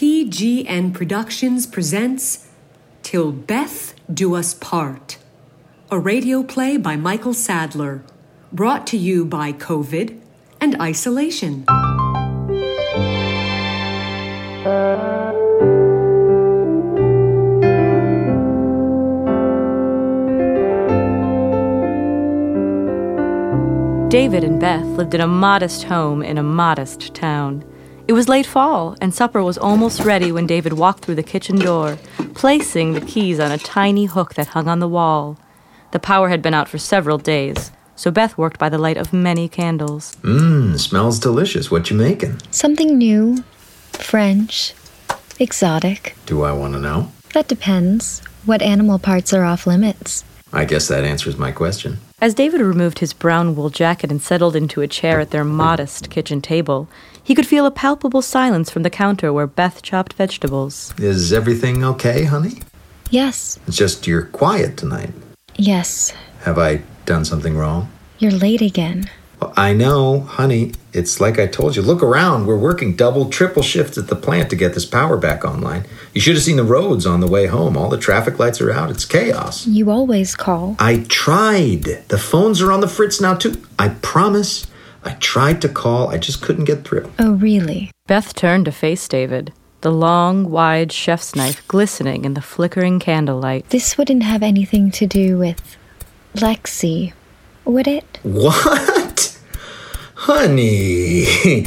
TGN Productions presents Till Beth Do Us Part, a radio play by Michael Sadler, brought to you by COVID and isolation. David and Beth lived in a modest home in a modest town. It was late fall, and supper was almost ready when David walked through the kitchen door, placing the keys on a tiny hook that hung on the wall. The power had been out for several days, so Beth worked by the light of many candles. Mmm, smells delicious. What you making? Something new, French, exotic. Do I want to know? That depends. What animal parts are off limits? I guess that answers my question. As David removed his brown wool jacket and settled into a chair at their modest kitchen table, he could feel a palpable silence from the counter where Beth chopped vegetables. Is everything okay, honey? Yes, It's just you're quiet tonight. yes, Have I done something wrong? you're late again. Well, I know, honey. It's like I told you. Look around. We're working double, triple shifts at the plant to get this power back online. You should have seen the roads on the way home. All the traffic lights are out. It's chaos. You always call. I tried. The phones are on the fritz now, too. I promise. I tried to call. I just couldn't get through. Oh, really? Beth turned to face David, the long, wide chef's knife glistening in the flickering candlelight. This wouldn't have anything to do with Lexi, would it? What? Honey,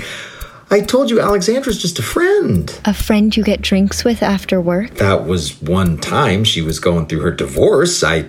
I told you Alexandra's just a friend. A friend you get drinks with after work? That was one time she was going through her divorce. I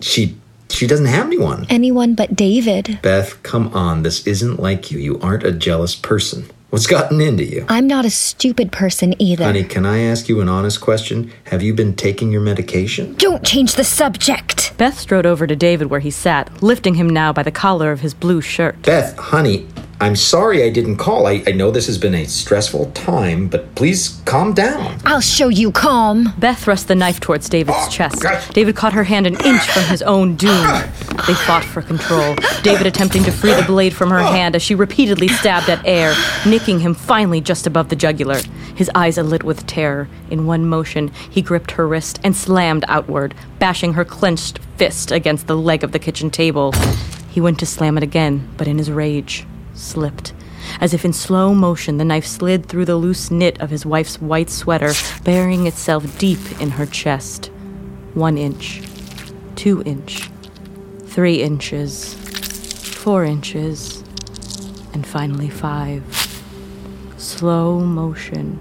she she doesn't have anyone. Anyone but David. Beth, come on. This isn't like you. You aren't a jealous person. What's gotten into you? I'm not a stupid person either. Honey, can I ask you an honest question? Have you been taking your medication? Don't change the subject! Beth strode over to David where he sat, lifting him now by the collar of his blue shirt. Beth, honey, I'm sorry I didn't call. I, I know this has been a stressful time, but please calm down. I'll show you calm. Beth thrust the knife towards David's chest. God. David caught her hand an inch from his own doom. They fought for control, David attempting to free the blade from her hand as she repeatedly stabbed at air, nicking him finally just above the jugular. His eyes alit with terror. In one motion, he gripped her wrist and slammed outward, bashing her clenched fist against the leg of the kitchen table. He went to slam it again, but in his rage, slipped. As if in slow motion, the knife slid through the loose knit of his wife's white sweater, burying itself deep in her chest. One inch, two inch, three inches, four inches, and finally five. Slow motion.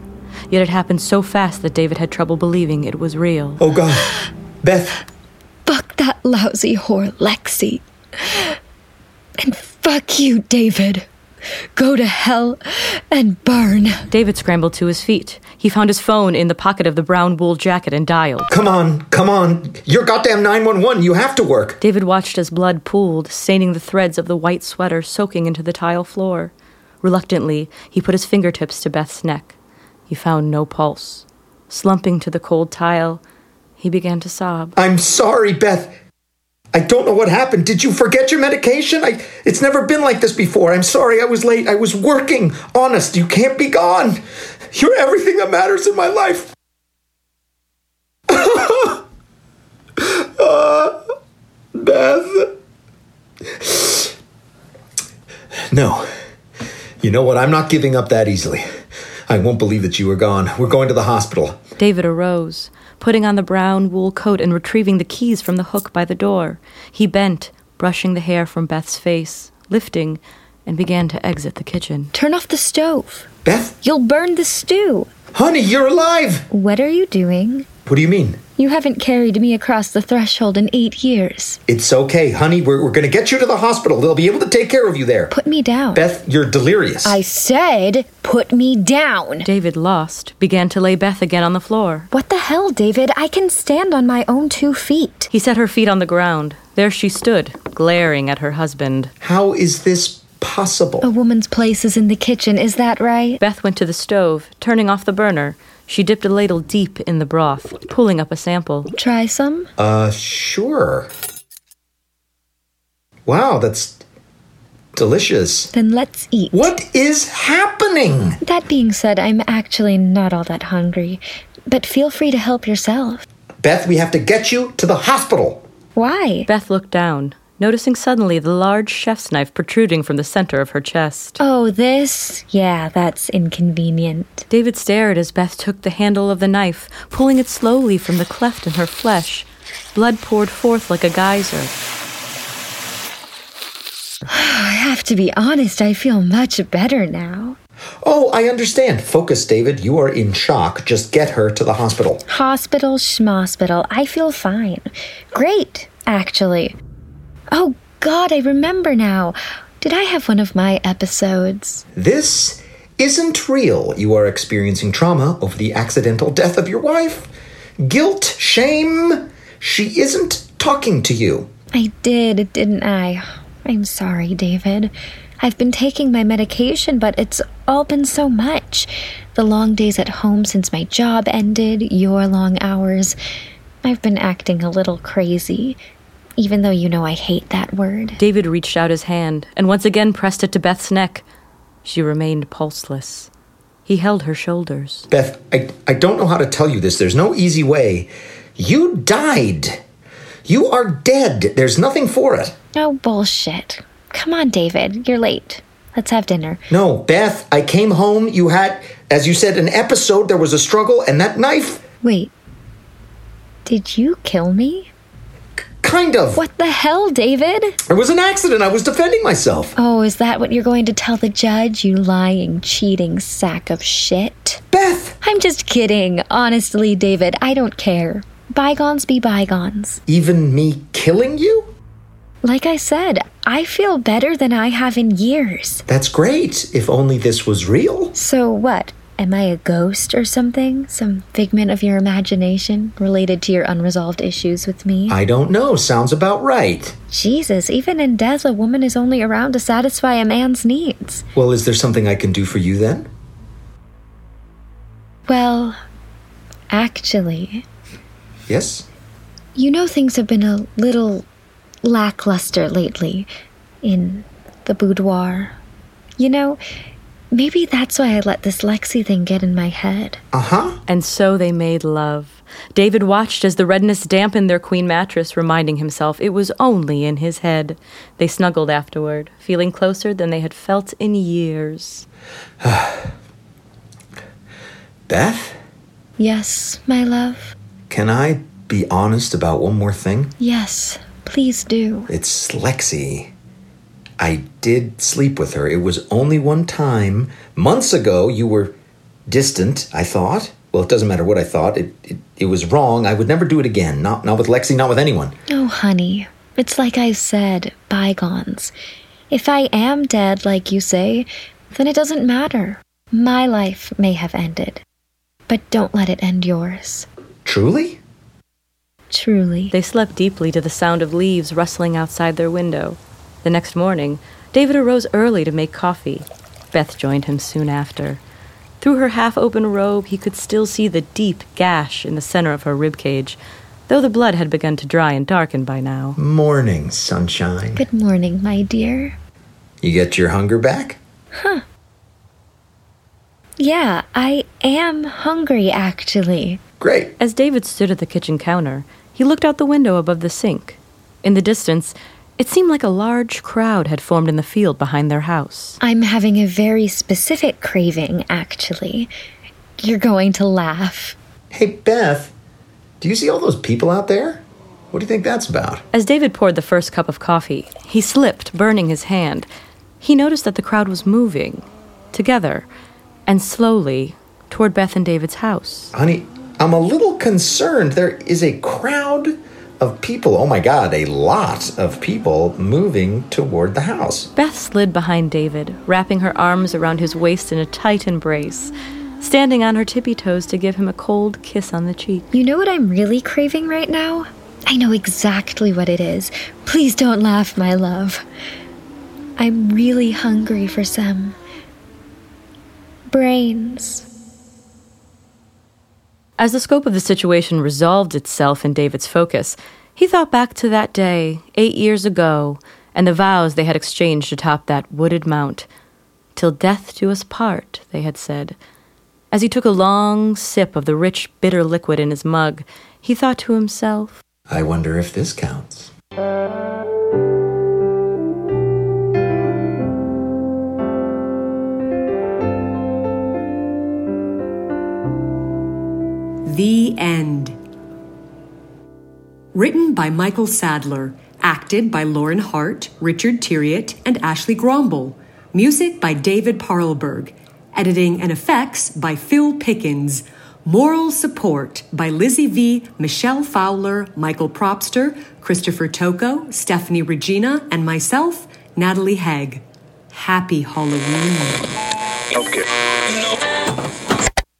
Yet it happened so fast that David had trouble believing it was real. Oh, God. Beth, Fuck that lousy whore, Lexi. And fuck you, David. Go to hell and burn. David scrambled to his feet. He found his phone in the pocket of the brown wool jacket and dialed. Come on, come on. You're goddamn 911. You have to work. David watched as blood pooled, staining the threads of the white sweater soaking into the tile floor. Reluctantly, he put his fingertips to Beth's neck. He found no pulse. Slumping to the cold tile, he began to sob. I'm sorry, Beth. I don't know what happened. Did you forget your medication? I it's never been like this before. I'm sorry I was late. I was working. Honest, you can't be gone. You're everything that matters in my life. Ah, Beth. No. You know what? I'm not giving up that easily. I won't believe that you were gone. We're going to the hospital. David arose, putting on the brown wool coat and retrieving the keys from the hook by the door. He bent, brushing the hair from Beth's face, lifting, and began to exit the kitchen. Turn off the stove. Beth, You'll burn the stew. honey, you're alive. What are you doing? What do you mean? You haven't carried me across the threshold in eight years. It's okay, honey. We're, we're going to get you to the hospital. They'll be able to take care of you there. Put me down. Beth, you're delirious. I said, put me down. David, lost, began to lay Beth again on the floor. What the hell, David? I can stand on my own two feet. He set her feet on the ground. There she stood, glaring at her husband. How is this possible? A woman's place is in the kitchen, is that right? Beth went to the stove, turning off the burner. She dipped a ladle deep in the broth, pulling up a sample. Try some? Uh, sure. Wow, that's Delicious. Then let's eat. What is happening? That being said, I'm actually not all that hungry, but feel free to help yourself. Beth, we have to get you to the hospital. Why? Beth looked down, noticing suddenly the large chef's knife protruding from the center of her chest. Oh, this? Yeah, that's inconvenient. David stared as Beth took the handle of the knife, pulling it slowly from the cleft in her flesh. Blood poured forth like a geyser. I have to be honest, I feel much better now. Oh, I understand. Focus, David. You are in shock. Just get her to the hospital. Hospital, schmospital, I feel fine. Great, actually. Oh, God, I remember now. Did I have one of my episodes? This isn't real. You are experiencing trauma over the accidental death of your wife. Guilt, shame. She isn't talking to you. I did, didn't I? I'm sorry, David. I've been taking my medication, but it's all been so much. The long days at home since my job ended, your long hours. I've been acting a little crazy, even though you know I hate that word. David reached out his hand and once again pressed it to Beth's neck. She remained pulseless. He held her shoulders. Beth, I, I don't know how to tell you this. There's no easy way. You died. You are dead. There's nothing for it. No bullshit. Come on, David. You're late. Let's have dinner. No, Beth, I came home. You had, as you said, an episode. There was a struggle, and that knife, Wait. Did you kill me? kind of. What the hell, David? It was an accident. I was defending myself. Oh, is that what you're going to tell the judge, you lying, cheating sack of shit? Beth! I'm just kidding. Honestly, David, I don't care. Bygones be bygones. Even me killing you? Like I said, I feel better than I have in years. That's great. If only this was real. So what? Am I a ghost or something? Some figment of your imagination related to your unresolved issues with me? I don't know. Sounds about right. Jesus, even in death, a woman is only around to satisfy a man's needs. Well, is there something I can do for you then? Well, actually, Yes? you know things have been a little lackluster lately in the boudoir. You know, maybe that's why I let this Lexi thing get in my head. Uh huh. And so they made love. David watched as the redness dampened their queen mattress, reminding himself it was only in his head. They snuggled afterward, feeling closer than they had felt in years. Beth, Yes, my love. can I be honest about one more thing? Yes, please do. It's Lexi. I did sleep with her. It was only one time. Months ago, you were distant, I thought. Well, it doesn't matter what I thought. It, it, it was wrong. I would never do it again. Not, not with Lexi, not with anyone. Oh, honey, it's like I said bygones. If I am dead, like you say, then it doesn't matter. My life may have ended, but don't let it end yours. Truly? Truly. They slept deeply to the sound of leaves rustling outside their window. The next morning, David arose early to make coffee. Beth joined him soon after. Through her half open robe, he could still see the deep gash in the center of her rib cage, though the blood had begun to dry and darken by now. Morning, sunshine. Good morning, my dear. You get your hunger back? Yeah, I am hungry, actually. Great. As David stood at the kitchen counter, he looked out the window above the sink. In the distance, it seemed like a large crowd had formed in the field behind their house. I'm having a very specific craving, actually. You're going to laugh. Hey, Beth, do you see all those people out there? What do you think that's about? As David poured the first cup of coffee, he slipped, burning his hand. He noticed that the crowd was moving, together, and slowly, toward Beth and David's house. Honey, I'm a little concerned. There is a crowd of people. Oh my God, a lot of people moving toward the house. Beth slid behind David, wrapping her arms around his waist in a tight embrace, standing on her tippy toes to give him a cold kiss on the cheek. You know what I'm really craving right now? I know exactly what it is. Please don't laugh, my love. I'm really hungry for some brains. As the scope of the situation resolved itself in David's focus, he thought back to that day, eight years ago, and the vows they had exchanged atop that wooded mount. Till death do us part, they had said. As he took a long sip of the rich, bitter liquid in his mug, he thought to himself, I wonder if this counts. The End. Written by Michael Sadler. Acted by Lauren Hart, Richard Tiriot, and Ashley Gromble. Music by David Parlberg. Editing and effects by Phil Pickens. Moral support by Lizzie V, Michelle Fowler, Michael Propster, Christopher Toko, Stephanie Regina, and myself, Natalie Haig. Happy Halloween. Okay.